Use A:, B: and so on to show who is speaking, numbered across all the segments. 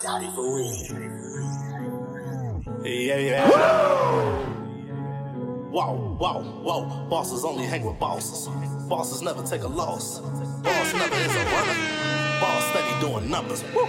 A: Daddy for real.
B: Yeah, yeah. Whoa, whoa, whoa. Bosses only hang with bosses. Bosses never take a loss. Boss never is a runner. Boss steady doing numbers. Woo.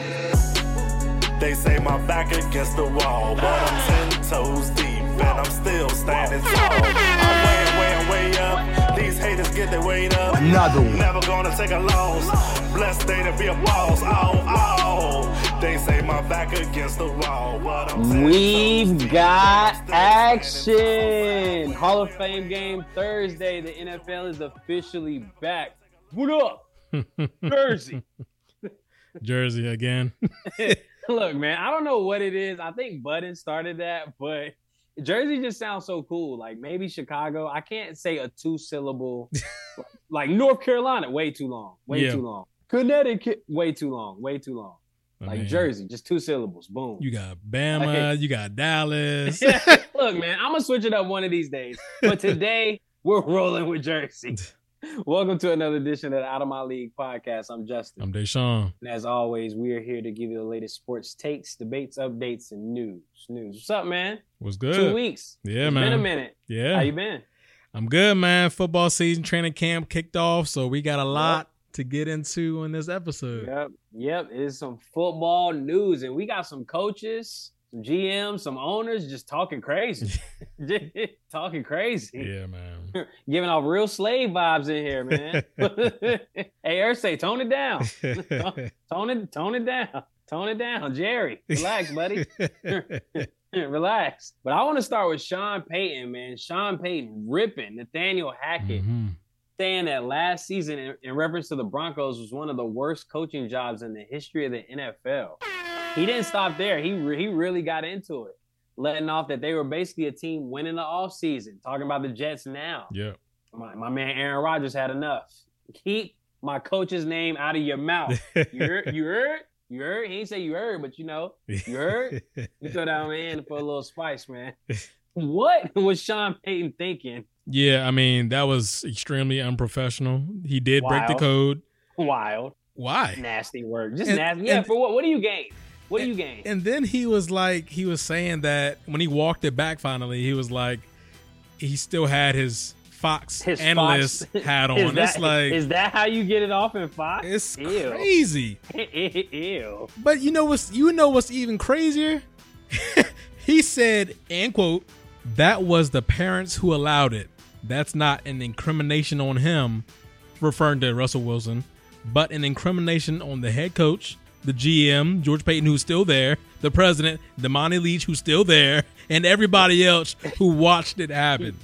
B: They say my back against the wall, but I'm ten toes deep and I'm still standing tall. I'm way, way, way up. These haters get their weight up.
C: Another one.
B: Never gonna take a loss. Blessed day to be a boss. Oh, oh. They say my back against the wall, but I'm 10 toes
D: We've
B: deep.
D: got
B: I'm still standing
D: action.
B: tall.
D: Hall of Fame game Thursday. The NFL is officially back. What up, Jersey?
E: Jersey again.
D: Look, man, I don't know what it is. I think Budden started that, but Jersey just sounds so cool. Like maybe Chicago. I can't say a two syllable. like, like North Carolina, way too long. Way
E: Yeah.
D: too long. Connecticut, way too long. Way too long.
E: I
D: Like
E: mean,
D: Jersey, just two syllables. Boom.
E: Oh, You got Bama,
D: Like-
E: you got Dallas.
D: Look, man, I'm gonna switch it up one of these days. But today we're rolling with Jersey. Welcome to another edition of the Out of My League podcast. I'm Justin.
E: I'm Deshaun.
D: and as always, we are here to give you the latest sports takes, debates, updates, and news. News. What's up, man?
E: What's good?
D: Two weeks.
E: Yeah,
D: It's Been a
E: man.
D: minute. How
E: Yeah.
D: you been?
E: I'm good, man. Football season training camp kicked off, so we got a lot to get into in this episode.
D: Yep. Yep. It is some football news, and we got some coaches, some GMs, some owners just talking crazy. talking crazy.
E: Yeah, man.
D: giving off real slave vibes in here, man. hey, Ursay, tone it down. Tone it, tone it down. Tone it down, Jerry. Relax, buddy. Relax. But I want to start with Sean Payton, man. Sean Payton ripping Nathaniel Hackett,
E: Mhm.
D: saying that last season, in, in reference to the Broncos, was one of the worst coaching jobs in the history of the NFL. He didn't stop there. He re- he really got into it, letting off that they were basically a team winning the offseason, talking about the Jets now
E: Yep.
D: my, my man Aaron Rodgers had enough. Keep my coach's name out of your mouth. You heard? You heard? You heard? He ain't say you heard, but you know, you heard? You throw down man for a little spice, man. What was Sean Payton thinking?
E: Yeah, I mean, that was extremely unprofessional. He did break the
D: Wild.
E: code.
D: Wild,
E: Why?
D: nasty work. Just
E: And-
D: nasty. Yeah,
E: and-
D: for what? What do you gain? What do you gain?
E: And then he was like, he was saying that when he walked it back finally, he was like, he still had his Fox
D: His
E: analyst
D: Fox-
E: hat on.
D: is that,
E: it's like,
D: is that how you get it off in Fox?
E: it's
D: Ew.
E: crazy.
D: Ew.
E: But you know what's you know what's even crazier? he said, end quote, that was the parents who allowed it. That's not an incrimination on him, referring to Russell Wilson, but an incrimination on the head coach, the GM, George Payton, who's still there, the president, Damani Leach, who's still there, and everybody else who watched it happen.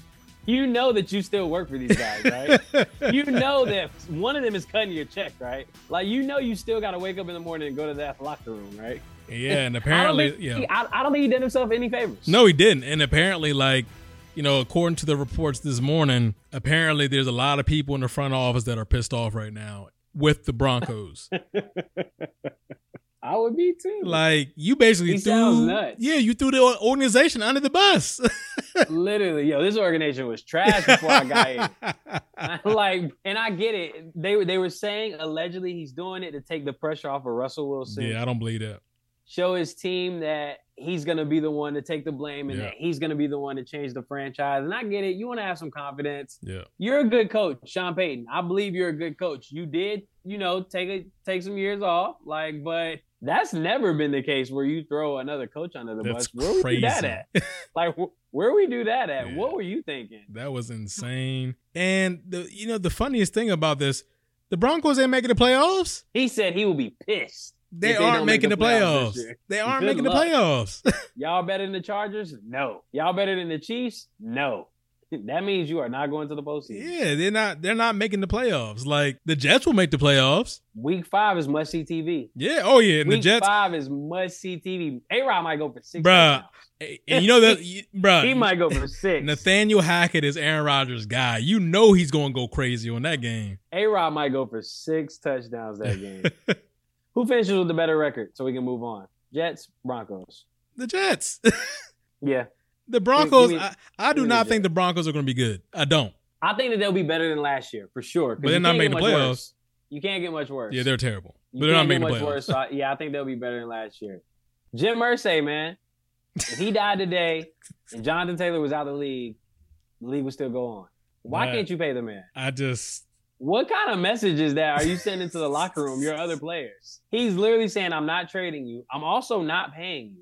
D: You know that you still work for these guys, right? you know that one of them is cutting your check, right? Like you know you still got to wake up in the morning and go to that locker room, right?
E: Yeah, and
D: I don't
E: apparently,
D: think-
E: yeah.
D: I, I don't think he did himself any favors.
E: No, he didn't. And apparently, like, you know, according to the reports this morning, apparently there's a lot of people in the front office that are pissed off right now with the Broncos.
D: I would be too.
E: like, you basically
D: He sounds
E: threw,
D: nuts.
E: yeah, you threw the organization under the bus.
D: Literally, yo, this organization was trash before I got here. like, and I get it. They were they were saying allegedly he's doing it to take the pressure off of Russell Wilson,
E: yeah, I don't believe that.
D: show his team that he's gonna be the one to take the blame and
E: Yeah.
D: that he's gonna be the one to change the franchise. And I get it. You want to have some confidence.
E: Yeah,
D: you're a good coach, Sean Payton. I believe you're a good coach. You did, you know, take a take some years off, like, but that's never been the case where you throw another coach under the
E: that's
D: bus. Where we do
E: crazy.
D: that at? Like, wh- where we do that at?
E: Yeah.
D: What were you thinking?
E: That was insane. And the you know the funniest thing about this, the Broncos ain't making the playoffs.
D: He said he will be pissed.
E: They,
D: If they
E: aren't
D: don't make
E: making
D: the
E: the
D: playoffs
E: playoffs.
D: this year.
E: They aren't
D: Good
E: making
D: luck.
E: the playoffs.
D: Y'all better than the Chargers? No. Y'all better than the Chiefs? No. That means you are not going to the postseason.
E: Yeah, they're not they're not making the playoffs. Like the Jets will make the playoffs.
D: Week five is must see TV.
E: Yeah. Oh yeah. And
D: Week
E: the Jets,
D: five is must see TV. A Rod might go for six.
E: Bruh,
D: touchdowns.
E: and you know that, you- bruh.
D: he might go for six.
E: Nathaniel Hackett is Aaron Rodgers' guy. You know he's going to go crazy on that game.
D: A Rod might go for six touchdowns that game. Who finishes with the better record so we can move on? Jets, Broncos.
E: The Jets,
D: Yeah.
E: the Broncos.
D: give me-
E: I, I
D: give
E: do
D: me
E: not
D: the
E: think the Broncos are going to be good. I don't.
D: I think that they'll be better than last year for sure. 'cause
E: But
D: you
E: they're not
D: can't get
E: making the
D: much
E: playoffs.
D: worse. You can't get much worse.
E: Yeah, they're terrible.
D: You
E: but they're not
D: can't get
E: making the
D: much
E: playoffs.
D: worse, so I- yeah, I think they'll be better than last year. Jim Mersey, man. If he died today and Jonathan Taylor was out of the league, the league would still go on. Why
E: Right.
D: can't you pay the man?
E: I just
D: What kind of message is that are you sending to the locker room, your other players? He's literally saying, I'm not trading you. I'm also not paying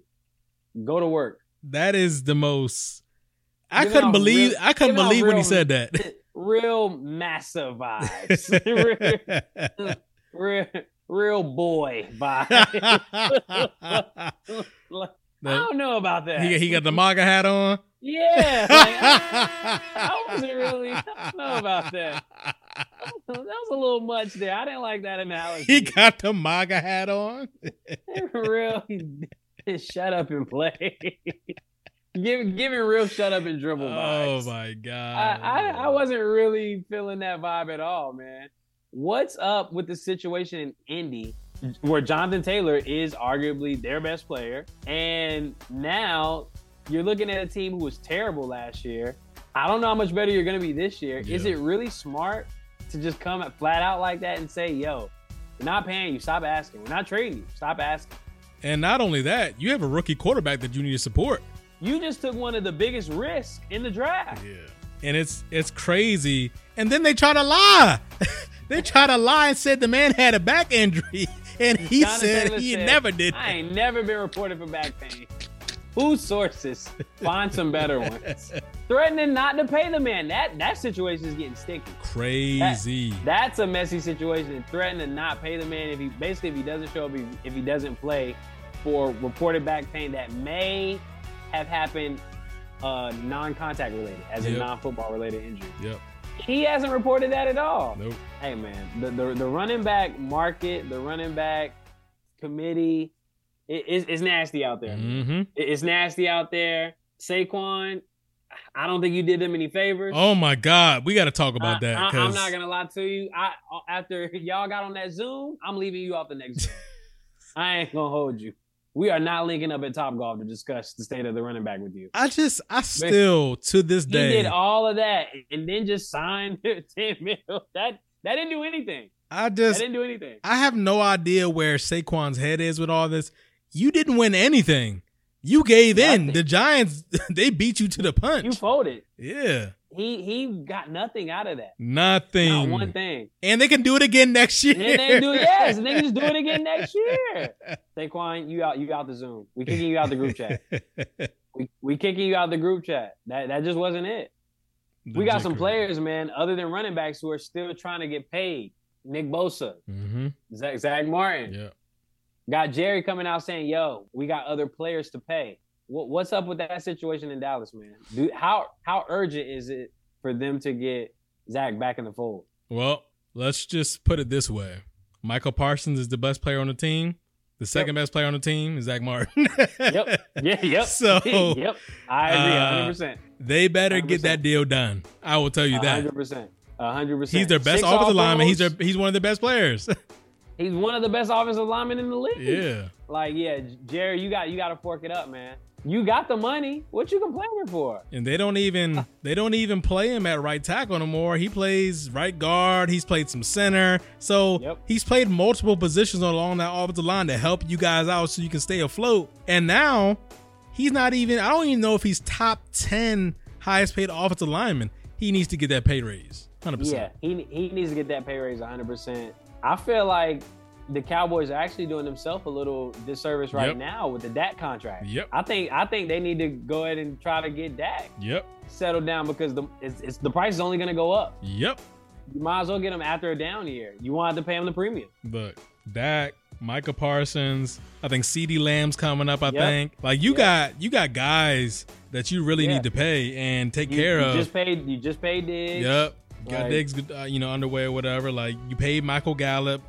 D: you. Go to work.
E: that is the most. I
D: Give
E: couldn't
D: out
E: believe
D: real-
E: I couldn't
D: give out
E: believe when he
D: real-
E: said that.
D: Real massa vibes. real, real boy vibes. Like, I
E: The-
D: don't know about that.
E: he, he got the MAGA hat on.
D: yeah. like, ah, I, I wasn't really, I don't know about that. That was a little much there. I didn't like that analogy.
E: He got the MAGA hat on.
D: real shut up and play. give give it real shut up and dribble
E: Oh
D: vibes.
E: my god!
D: I, I I wasn't really feeling that vibe at all, man. What's up with the situation in Indy where Jonathan Taylor is arguably their best player and now you're looking at a team who was terrible last year. I don't know how much better you're going to be this year. Is
E: Yeah.
D: it really smart to just come at- flat out like that and say, "Yo, we're not paying you. Stop asking. We're not trading you. Stop asking."
E: And not only that, you have a rookie quarterback that you need to support.
D: You just took one of the biggest risks in the draft.
E: Yeah. And it's it's crazy. And then they try to lie. they try to lie and said the man had a back injury, and he
D: Jonathan
E: said
D: Taylor
E: he
D: said,
E: never did.
D: I ain't never been reported for back pain. Whose sources? Find some better ones. Threatening not to pay the man. That that situation is getting sticky.
E: Crazy.
D: That's a messy situation. Threatening to not pay the man if he basically if he doesn't show up, if- if he doesn't play for reported back pain that may have happened uh, non-contact related, as a
E: Yep.
D: non-football related injury.
E: Yep.
D: He hasn't reported that at all.
E: Nope.
D: Hey man, the, the the running back market, the running back committee, it, it's, it's nasty out there. man.
E: hmm
D: It- it's nasty out there. Saquon, I don't think you did them any favors.
E: Oh my God. We got to talk about that.
D: I, am
E: 'cause-
D: Uh, not gonna lie to you. I after y'all got on that Zoom, I'm leaving you off the next. Zoom. I ain't gonna hold you. We are not linking up at Top Golf to discuss the state of the running back with you.
E: I just, I still to this
D: He
E: day,
D: did all of that and then just signed ten mil. That that didn't do anything.
E: I
D: That
E: just,
D: didn't do anything.
E: I have no idea where Saquon's head is with all this. You didn't win anything. You gave in.
D: Nothing.
E: The Giants, they beat you to the punch.
D: You folded.
E: yeah,
D: He he got nothing out of that.
E: nothing.
D: Not one thing.
E: And they can do it again next year.
D: And then they do yes, and they can just do it again next year. Saquon, you out you out the Zoom. We kicking you out the group chat. We we kicking you out the group chat. That that just wasn't it. We got some players, man, other than running backs who are still trying to get paid. Nick Bosa,
E: Mm-hmm.
D: Zach, Zach Martin.
E: Yeah.
D: Got Jerry coming out saying, "Yo, we got other players to pay." What, what's up with that situation in Dallas, man? Do, how how urgent is it for them to get Zach back in the fold?
E: Well, let's just put it this way: Michael Parsons is the best player on the team. The second best player on the team is Zach Martin.
D: Yep. Yeah. Yep.
E: So,
D: yep. I agree.
E: uh,
D: Hundred percent.
E: They better get
D: 100%.
E: that deal done. I will tell you that.
D: hundred percent. hundred percent.
E: He's their best
D: Six
E: offensive lineman. He's
D: all-pros.
E: their he's one of the best players.
D: He's one of the best offensive linemen in the league.
E: yeah.
D: Like yeah, Jerry, you got you got to fork it up, man. You got the money. What you complaining for?
E: And they don't even they don't even play him at right tackle anymore. He plays right guard. He's played some center. So
D: Yep.
E: he's played multiple positions along that offensive line to help you guys out so you can stay afloat. And now he's not even I don't even know if he's top ten highest paid offensive lineman. He needs to get that pay raise. Hundred
D: Yeah,
E: percent.
D: he he needs to get that pay raise 100. percent I feel like the Cowboys are actually doing themselves a little disservice right
E: Yep.
D: now with the Dak contract.
E: Yep.
D: I think I think they need to go ahead and try to get Dak
E: Yep.
D: settled down because the it's, it's the price is only going to go up.
E: Yep.
D: You might as well get him after a down year. You wanted to pay him the premium.
E: Look, Dak, Micah Parsons, I think CD Lamb's coming up, I
D: Yep.
E: think. Like you
D: Yep.
E: got you got guys that you really
D: Yeah.
E: need to pay and take
D: You,
E: care
D: you
E: of.
D: just paid. You just paid Diggs.
E: Yep. Got
D: Like-
E: Diggs, uh, you know, underway or whatever. Like you paid Michael Gallup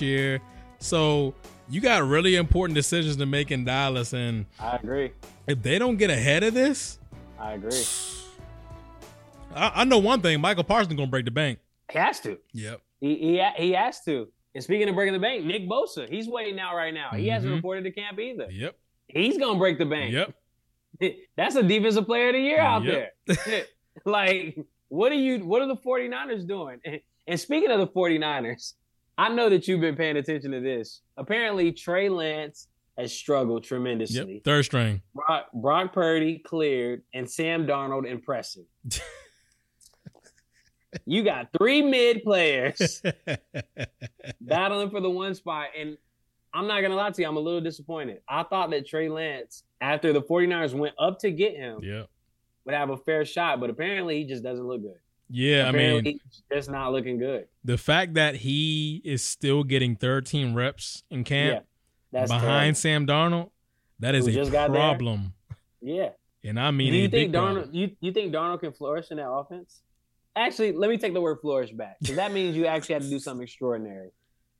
D: Yep.
E: year, so you got really important decisions to make in Dallas. And
D: I agree.
E: if they don't get ahead of this,
D: I agree.
E: I, I know one thing: Michael Parsons gonna break the bank.
D: He has to.
E: Yep.
D: He he ha- he has to. And speaking of breaking the bank, Nick Bosa, he's waiting out right now. He hasn't
E: Mhm.
D: reported to camp either.
E: Yep.
D: He's gonna break the bank.
E: Yep.
D: That's a defensive player of the year out
E: Yep.
D: there. like, what are you what are the 49ers doing? And, and speaking of the 49ers, I know that you've been paying attention to this. Apparently, Trey Lance has struggled
E: Yep.
D: tremendously.
E: Third string.
D: Brock, Brock Purdy cleared and Sam Darnold impressive. you got three mid players battling for the one spot. And I'm not going to lie to you, I'm a little disappointed. I thought that Trey Lance, after the 49ers went up to get him,
E: yep.
D: would have a fair shot, but apparently he just doesn't look good.
E: Yeah, I mean,
D: apparently he's just not looking good.
E: the fact that he is still getting third team reps in camp
D: That's terrible.
E: behind Sam Darnold, that is
D: Who
E: a
D: just got there.
E: problem.
D: Yeah.
E: And I mean,
D: Do
E: a
D: you think
E: big problem.
D: Darnold? You, you think Darnold can flourish in that offense? Actually, let me take the word flourish back because that means you actually have to do something extraordinary.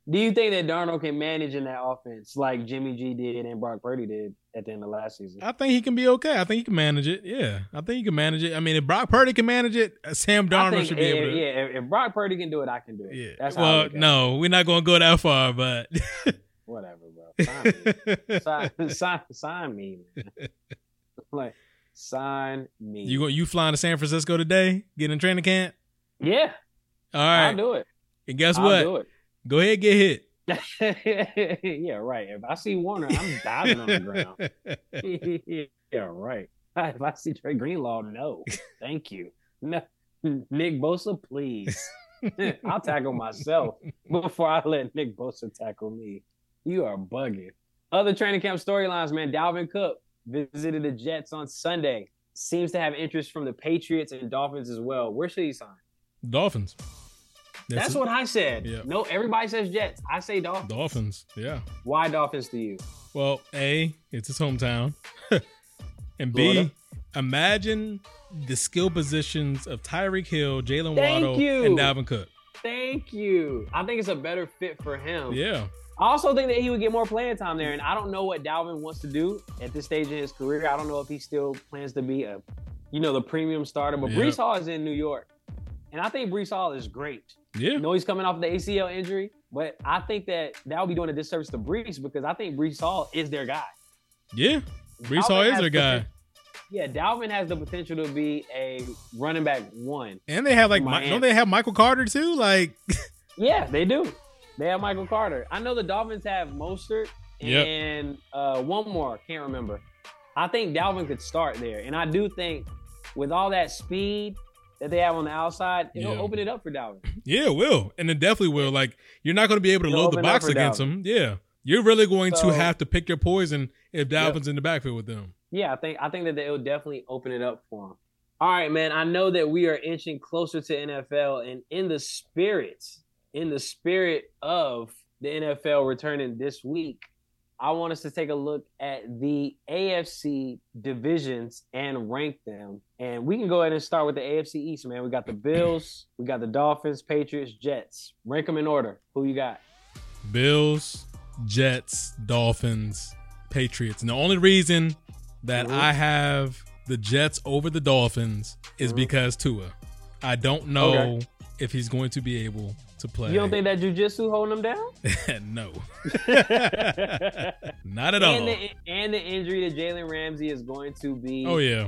D: Do you think that Darnold can manage in that offense like Jimmy G did and Brock Purdy did at the end of last season?
E: I think he can be okay. I think he can manage it. Yeah, I think he can manage it. I mean, if Brock Purdy can manage it, uh, Sam
D: I
E: Darnold
D: think,
E: should be
D: eh,
E: able to.
D: yeah, if- if Brock Purdy can do it, I can do it.
E: Yeah.
D: That's how I
E: well,
D: look at it.
E: no, we're not going to go that far, but
D: whatever, bro. Sign me. sign, sign, sign me, man. like sign me.
E: you go, you flying to San Francisco today? Get in training camp.
D: yeah,
E: All
D: I'll
E: right,
D: do it.
E: and guess
D: I'll
E: what?
D: do it.
E: Go ahead, get hit.
D: yeah, right. If I see Warner, I'm diving on the ground. yeah, right. If I see Trey Greenlaw, no, thank you. No, Nick Bosa, please. I'll tackle myself before I let Nick Bosa tackle me. You are bugging. Other training camp storylines, man. Dalvin Cook visited the Jets on Sunday. Seems to have interest from the Patriots and Dolphins as well. Where should he sign?
E: Dolphins.
D: That's, what I said.
E: Yeah.
D: No, everybody says Jets. I say Dolphins.
E: Dolphins. Yeah.
D: Why Dolphins to you?
E: Well, A, it's his hometown. and B,
D: Florida.
E: imagine the skill positions of Tyreek Hill, Jalen
D: Thank
E: Waddle,
D: you.
E: and Dalvin Cook.
D: Thank you. I think it's a better fit for him.
E: Yeah.
D: I also think that he would get more playing time there, and I don't know what Dalvin wants to do at this stage in his career. I don't know if he still plans to be a, you know, the premium starter. But
E: Yeah.
D: Brees Hall is in New York, and I think Brees Hall is great.
E: Yeah.
D: I know he's coming off the ACL injury, but I think that that would be doing a disservice to Brees because I think Brees Hall is their guy.
E: Yeah. Brees Hall
D: Dalvin
E: is
D: has
E: their guy.
D: poten- Yeah, Dalvin has the potential to be a running back one.
E: And they have like Mi-
D: Miami.
E: don't they have Michael Carter too? Like
D: Yeah, they do. They have Michael Carter. I know the Dolphins have Mostert
E: Yep.
D: and uh, one more. Can't remember. I think Dalvin could start there, and I do think with all that speed that they have on the outside, it'll
E: Yeah.
D: open it up for Dalvin.
E: Yeah, it will. And it definitely will. Like you're not gonna be able to
D: It'll
E: load the
D: open up
E: box
D: for
E: against
D: Dalvin.
E: them. Yeah. You're really going
D: So-
E: to have to pick your poison if Dalvin's in the backfield with them.
D: Yeah, I think I think that it'll definitely open it up for him. All right, man. I know that we are inching closer to NFL, and in the spirit, in the spirit of the NFL returning this week, I want us to take a look at the AFC divisions and rank them. And we can go ahead and start with the AFC East, man. We got the Bills, we got the Dolphins, Patriots, Jets. Rank them in order. Who you got?
E: Bills, Jets, Dolphins, Patriots. And the only reason that
D: Mhm.
E: I have the Jets over the Dolphins is
D: Mhm.
E: because Tua. I don't know
D: Okay.
E: if he's going to be able to play.
D: You don't think that jujitsu holding them down?
E: no.
D: and,
E: Not at all.
D: the, E and the injury to Jalen Ramsey is going to be
E: oh yeah.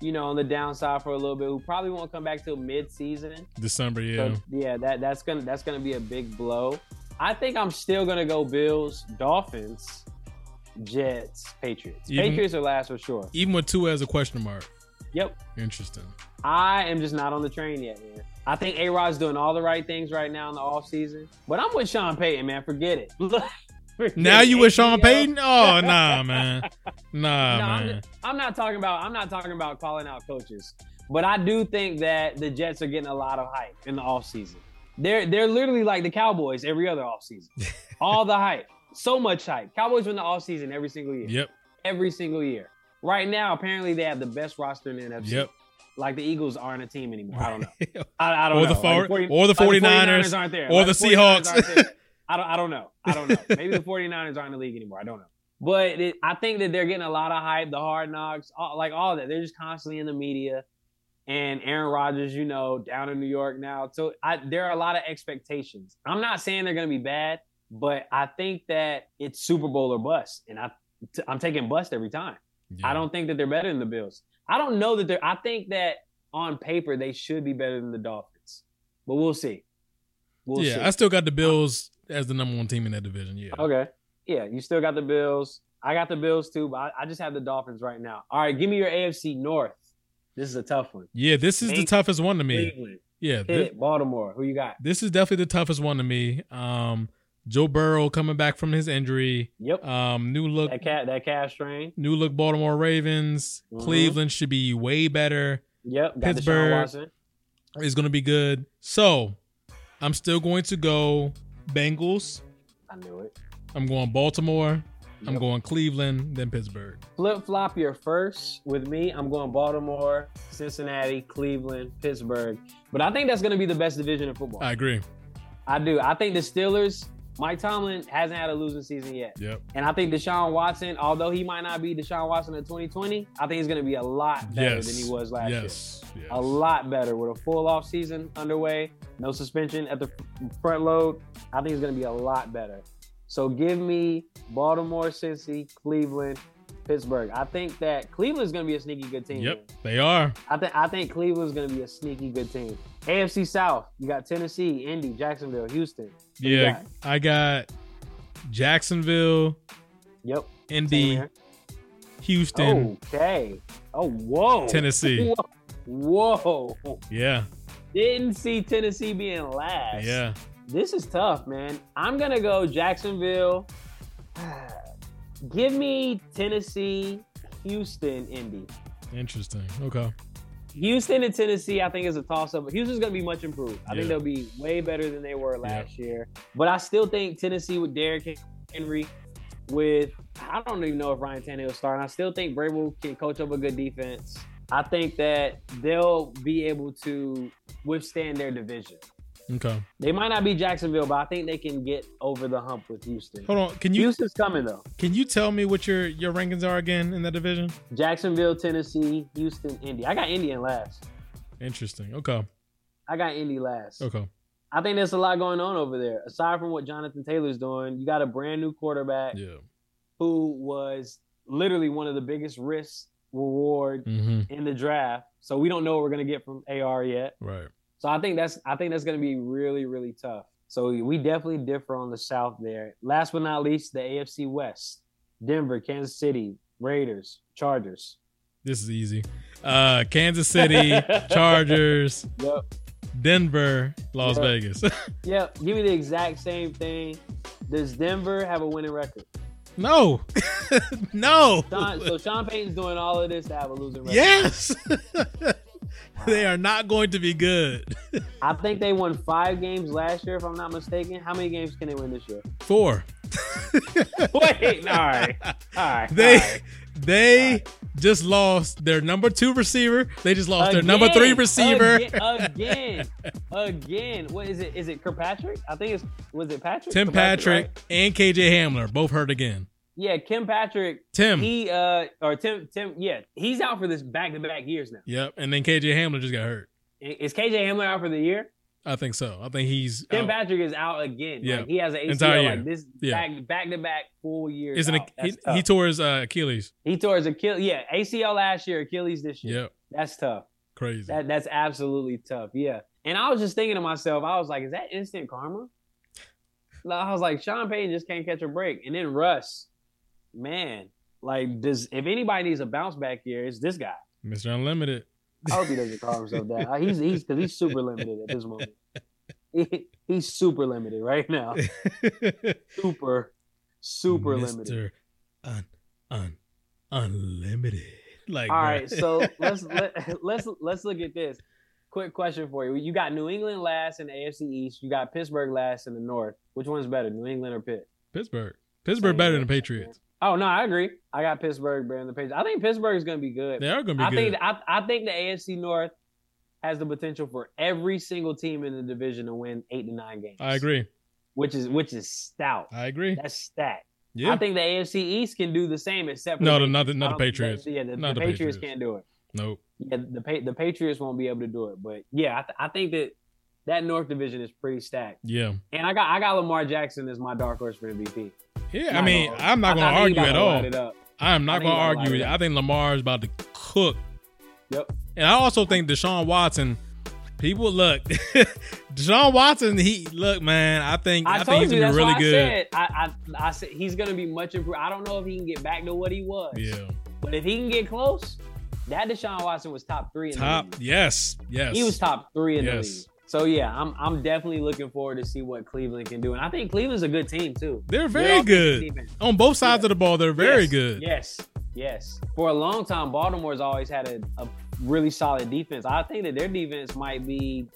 D: you know, on the downside for a little bit, who probably won't come back till mid season.
E: December, yeah.
D: So yeah, that that's gonna that's gonna be a big blow. I think I'm still gonna go Bills, Dolphins, Jets, Patriots.
E: Even-
D: Patriots are last for sure.
E: Even with Tua as a question mark.
D: Yep.
E: Interesting.
D: I am just not on the train yet, man. I think A Rod's doing all the right things right now in the offseason. But I'm with Sean Payton, man. Forget it. Forget
E: Now
D: it.
E: you with Sean
D: ACL.
E: Payton? Oh nah, man. Nah,
D: no, I'm,
E: man.
D: not- I'm not talking about I'm not talking about calling out coaches, but I do think that the Jets are getting a lot of hype in the offseason. They're they're literally like the Cowboys every other offseason. All the hype. So much hype. Cowboys win the offseason every single year.
E: Yep.
D: Every single year. Right now, apparently they have the best roster in the NFC.
E: Yep.
D: Like the Eagles aren't a team anymore. I don't know. I, I don't
E: Or
D: know.
E: the
D: Like,
E: four- or the 49ers,
D: aren't there.
E: or
D: Like,
E: the
D: 49ers
E: Seahawks.
D: aren't there. I don't I don't know. I don't know. Maybe the 49ers aren't in the league anymore. I don't know. But it, I think that they're getting a lot of hype, the hard knocks, all, like all that. They're just constantly in the media. And Aaron Rodgers, you know, down in New York now. So I, there are a lot of expectations. I'm not saying they're going to be bad, but I think that it's Super Bowl or bust. And I, t- I'm taking bust every time. I
E: Yeah.
D: don't think that they're better than the Bills. I don't know that they're. I think that on paper they should be better than the Dolphins, but we'll see. We'll
E: yeah, I
D: see.
E: still got the Bills as the number one team in that division. Yeah.
D: okay. Yeah, you still got the Bills. I got the Bills too, but I, I just have the Dolphins right now. All right, give me your AFC North. This is a tough one.
E: Yeah, this is the
D: Bengals-
E: toughest one to me.
D: Cleveland,
E: Yeah, thi-
D: Pitt, Baltimore. Who you got?
E: this is definitely the toughest one to me. Um, Joe Burrow coming back from his injury.
D: Yep.
E: Um, new look,
D: that cat, that cash train.
E: new look. Baltimore Ravens.
D: Mhm.
E: Cleveland should be way better.
D: Yep. Got
E: Pittsburgh.
D: Deshaun Watson.
E: It's gonna be good. So, I'm still going to go Bengals.
D: I knew it.
E: I'm going Baltimore. I'm
D: Yep.
E: going Cleveland, then Pittsburgh.
D: Flip flop your first with me. I'm going Baltimore, Cincinnati, Cleveland, Pittsburgh. But I think that's going to be the best division in football.
E: I agree.
D: I do. I think the Steelers. Mike Tomlin hasn't had a losing season yet.
E: Yep.
D: And I think Deshaun Watson, although he might not be Deshaun Watson in 2020, I think he's going to be a lot better
E: yes.
D: than he was last year.
E: yes. Yes.
D: a lot better with a full off season underway, no suspension at the f- front load. I think it's going to be a lot better. So give me Baltimore, Cincy, Cleveland, Pittsburgh. I think that Cleveland's going to be a sneaky good team.
E: Yep. They are.
D: I think I think Cleveland's going to be a sneaky good team. AFC South, you got Tennessee, Indy, Jacksonville, Houston. you
E: Yeah. I got Jacksonville,
D: Yep. same
E: Indy,
D: here.
E: Houston,
D: Okay. Oh, whoa.
E: Tennessee.
D: Whoa. Whoa.
E: Yeah.
D: Didn't see Tennessee being last.
E: Yeah.
D: This is tough, man. I'm gonna go Jacksonville. Give me Tennessee, Houston, Indy.
E: Interesting. Okay.
D: Houston and Tennessee, I think, is a toss up. Houston's gonna be much improved. I
E: Yeah.
D: think they'll be way better than they were last year. But I still think Tennessee with Derrick Henry, with I don't even know if Ryan Tannehill starting. I still think Vrabel can coach up a good defense. I think that they'll be able to withstand their division.
E: Okay.
D: They might not be Jacksonville, but I think they can get over the hump with Houston.
E: Hold on. Can you
D: Houston's coming though.
E: can you tell me what your your rankings are again in that division?
D: Jacksonville, Tennessee, Houston, Indy. I got Indy in last.
E: Interesting. Okay.
D: I got Indy last.
E: Okay.
D: I think there's a lot going on over there. Aside from what Jonathan Taylor's doing, you got a brand new quarterback
E: Yeah.
D: who was literally one of the biggest risk reward
E: Mm-hmm.
D: in the draft. So we don't know what we're gonna get from AR yet.
E: Right.
D: So I think that's I think that's gonna be really really tough. So we definitely differ on the South there. Last but not least, the AFC West: Denver, Kansas City, Raiders, Chargers.
E: This is easy. Uh Kansas City, Chargers,
D: Yep.
E: Denver, Las
D: Yeah.
E: Vegas.
D: Yep. Give me the exact same thing. Does Denver have a winning record?
E: no. no.
D: Sean, so Sean Payton's doing all of this to have a losing record.
E: Yes. they are not going to be good.
D: I think they won five games last year, if I'm not mistaken. How many games can they win this year?
E: Four.
D: Wait, all right, all right.
E: They
D: all right.
E: they just lost their number two receiver. They just lost their number
D: Again,
E: three receiver.
D: again, again, again. What is it? Is it Kirkpatrick? I think it's was it Patrick?
E: Tim
D: Kirkpatrick,
E: Patrick
D: right?
E: and KJ Hamler both hurt again.
D: Yeah, Kim Patrick.
E: Tim.
D: He uh or Tim Tim. Yeah, he's out for this back to back years now.
E: yep. And then KJ Hamler just got hurt.
D: Is KJ Hamler out for the year?
E: I think so. I think he's
D: Tim
E: out.
D: Patrick is out again.
E: Oh. Yeah.
D: Like, he has an ACL
E: Entire year.
D: like this
E: Yeah.
D: back back to back full years.
E: Isn't it?
D: out.
E: He,
D: That's tough.
E: he tore his uh, Achilles.
D: He tore his Achilles. Yeah, ACL last year, Achilles this year.
E: Yep.
D: That's tough.
E: Crazy.
D: That that's absolutely tough. Yeah. And I was just thinking to myself, I was like, is that instant karma? Like, I was like, Sean Payton just can't catch a break. And then Russ, man, like does if anybody needs a bounce back year, it's this guy.
E: Mr. Unlimited.
D: I hope he doesn't call himself that. He's he's because he's super limited at this moment. He- he's super limited right now. Super, super limited.
E: Mr. Un, un, unlimited. Like
D: All
E: bruh.
D: right, so let's let, let's let's look at this. Quick question for you: You got New England last in the AFC East. You got Pittsburgh last in the North. Which one's better, New England or Pitt?
E: Pittsburgh. Pittsburgh better than the
D: Same.
E: Patriots.
D: Oh no, I agree. I got Pittsburgh better than the Patriots. I think Pittsburgh's going to be good.
E: They are going to be
D: I
E: good.
D: think I, I think the AFC North has the potential for every single team in the division to win eight to nine games.
E: I agree.
D: which is which is stout.
E: I agree.
D: That's stat.
E: Yeah.
D: I think the AFC East can do the same, except for
E: no,
D: the,
E: the, not the,
D: I
E: not the
D: don't-
E: Patriots.
D: yeah, the,
E: Not
D: the
E: the
D: Patriots,
E: Patriots.
D: can't do it.
E: Nope.
D: Yeah, the Pa- the Patriots won't be able to do it. But yeah, I, th- I think that that North Division is pretty stacked.
E: Yeah.
D: And I got I got Lamar Jackson as my dark horse for MVP.
E: Yeah. I
D: Not
E: mean,
D: gonna-
E: I'm not going
D: I
E: to
D: think he
E: argue
D: about
E: at
D: to light
E: all.
D: it up.
E: I am
D: I
E: not
D: think he
E: going to
D: about to light
E: argue. with
D: it
E: you.
D: up.
E: I think Lamar is about to cook.
D: Yep.
E: And I also think Deshaun Watson People look, Deshaun Watson. He look, man. I think
D: I,
E: I, think
D: told
E: he's
D: you
E: gonna
D: that's
E: be really
D: what
E: good.
D: I said. I, I, I said he's gonna be much improved. I don't know if he can get back to what he was.
E: Yeah,
D: But if he can get close, that Deshaun Watson was top three in
E: top.
D: the league.
E: Yes, yes.
D: He was top three in
E: Yes.
D: the league. So yeah, I'm I'm definitely looking forward to see what Cleveland can do. And I think Cleveland's a good team too.
E: They're
D: Good
E: very
D: offensive
E: good.
D: defense.
E: on both sides
D: Yeah.
E: of the ball. They're very
D: Yes,
E: good.
D: Yes. Yes. For a long time, Baltimore's always had a, a really solid defense. I think that their defense might be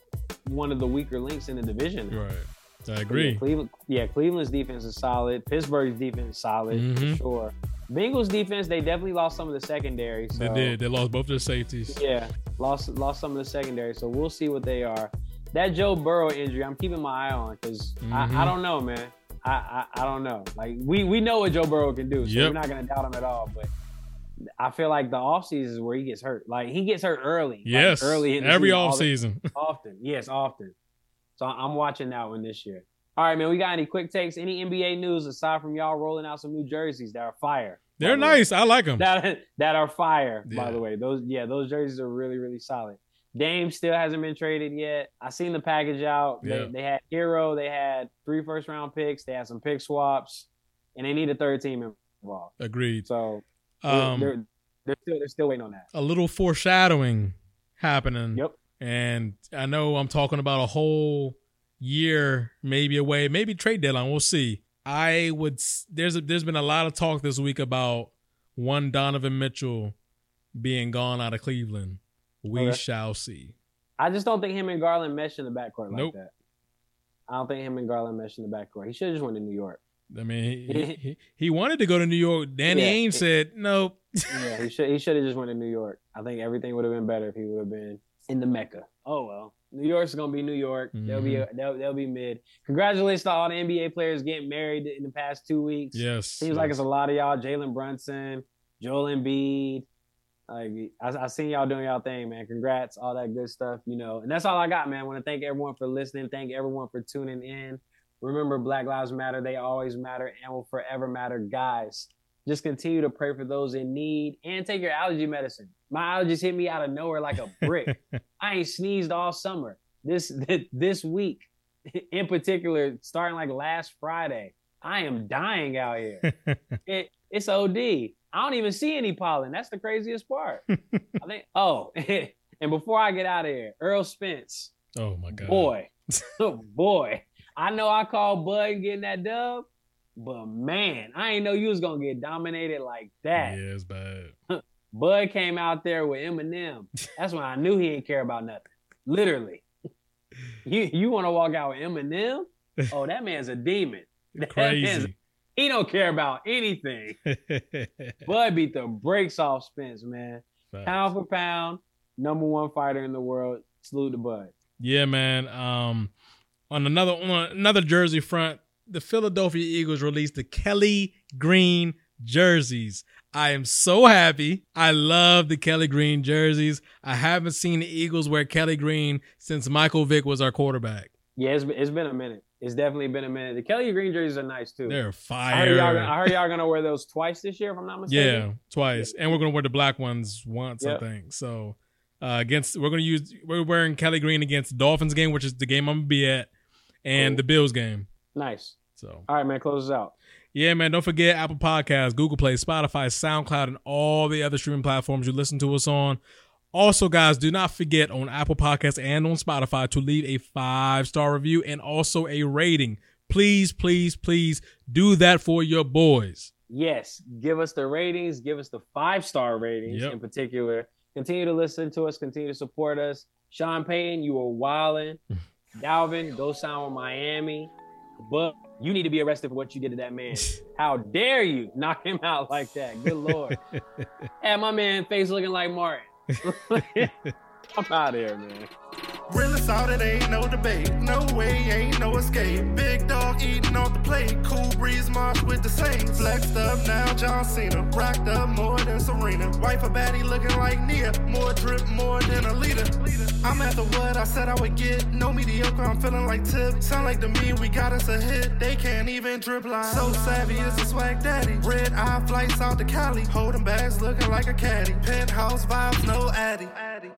D: one of the weaker links in the division.
E: Right. I
D: But yeah,
E: agree.
D: Cleveland, yeah, Cleveland's defense is solid. Pittsburgh's defense is solid
E: Mhm.
D: for sure. Bengals defense, they definitely lost some of the secondary. So,
E: They did. They lost both their safeties.
D: Yeah, lost lost some of the secondary. So we'll see what they are. That Joe Burrow injury, I'm keeping my eye on because
E: Mhm.
D: I, I don't know, man. I, I I don't know. Like we we know what Joe Burrow can do, so
E: Yep.
D: we're not gonna doubt him at all. But I feel like the offseason is where he gets hurt. Like he gets hurt early. like,
E: Yes.
D: early in the
E: every
D: season, all the-
E: offseason.
D: Often, yes, often. So I- I'm watching that one this year. All right, man. We got any quick takes? Any NBA news aside from y'all rolling out some new jerseys that are fire? by
E: They're
D: the way?
E: nice. I like them.
D: That that are fire.
E: Yeah.
D: By the way, those yeah, those jerseys are really really solid. Dame still hasn't been traded yet. I seen the package out. They,
E: Yeah.
D: they had Hero. They had three first round picks. They had some pick swaps, and they need a third team involved.
E: Agreed.
D: So they're-
E: Um,
D: they're they're still they're still waiting on that.
E: a little foreshadowing happening.
D: Yep.
E: And I know I'm talking about a whole year, maybe away, maybe trade deadline. We'll see. I would. s- There's a, there's been a lot of talk this week about one Donovan Mitchell being gone out of Cleveland. We
D: Okay.
E: shall see.
D: I just don't think him and Garland mesh in the backcourt like
E: Nope.
D: that. I don't think him and Garland mesh in the backcourt. He should have just went to New York.
E: I mean, he, he, he wanted to go to New York. Danny
D: Yeah.
E: Ainge said, "Nope."
D: Yeah, he should he should have just went to New York. I think everything would have been better if he would have been in the Mecca. Oh well. New York's gonna be New York. They'll be they'll, they'll be mid. Congratulations to all the NBA players getting married in the past two weeks.
E: Yes.
D: Seems like it's a lot of y'all. Jalen Brunson, Joel Embiid. Like I, I seen y'all doing y'all thing, man. Congrats, all that good stuff, you know. And that's all I got, man. want to thank everyone for listening. Thank everyone for tuning in. Remember, Black Lives Matter. They always matter and will forever matter, guys. Just continue to pray for those in need and take your allergy medicine. My allergies hit me out of nowhere like a brick. I ain't sneezed all summer. This this week, in particular, starting like last Friday, I am dying out here it, it's OD. I don't even see any pollen. That's the craziest part. I think. Oh, and before I get out of here, Earl Spence,
E: oh my god.
D: boy, boy, I know I called Bud getting that dub, but man, I ain't know you was gonna get dominated like
E: Yeah,
D: that.
E: it's bad.
D: Bud came out there with Eminem. That's when I knew he didn't care about nothing. Literally, you you want to walk out with Eminem? Oh, that man's a demon. That man's-
E: Crazy.
D: he don't care about anything.
E: Facts.
D: Bud beat the brakes off Spence, man. Pound for pound, number one fighter in the world. Salute to Bud.
E: Yeah, man. Um, on another on another jersey front, the Philadelphia Eagles released the Kelly Green jerseys. I am so happy. I love the Kelly Green jerseys. I haven't seen the Eagles wear Kelly Green since Michael Vick was our quarterback.
D: Yeah, it's, it's been a minute. It's definitely been a minute. The Kelly Green jerseys are nice too.
E: They're
D: I heard,
E: fire.
D: y'all, I heard y'all gonna wear those twice this year, if I'm not mistaken.
E: Yeah, twice, and we're gonna wear the black ones once,
D: Yep.
E: I think. So uh, against, we're gonna use we're wearing Kelly Green against the Dolphins game, which is the game I'm gonna be at, and
D: Cool.
E: the Bills game.
D: Nice.
E: So
D: All right, man. Close this out.
E: yeah, man, don't forget Apple Podcasts, Google Play, Spotify, SoundCloud, and all the other streaming platforms you listen to us on. Also, guys, do not forget on Apple Podcasts and on Spotify to leave a five star review and also a rating. Please, please, please do that for your boys.
D: yes, give us the ratings, give us the five star ratings
E: Yep.
D: in particular. Continue to listen to us, continue to support us. Sean Payton, you are wildin'. Dalvin, go sign with Miami. But you need to be arrested for what you did to that man. How dare you knock him out like that? Good lord. Had my man face looking like Martin. I'm out of here, man.
B: Really solid, ain't no debate. No way, ain't no escape. Big dog eating off the plate. Cool breeze march with the same. Flexed up now, John Cena. Rocked up more than Serena. Wife a baddie looking like Nia. More drip, more than a leader. I'm after what I said I would get. No mediocre, I'm feeling like Tip. Sound like to me, we got us a hit. They can't even drip line. So savvy is a swag daddy. Red eye flights out to Cali. Holding bags looking like a caddy. Penthouse vibes, no addy.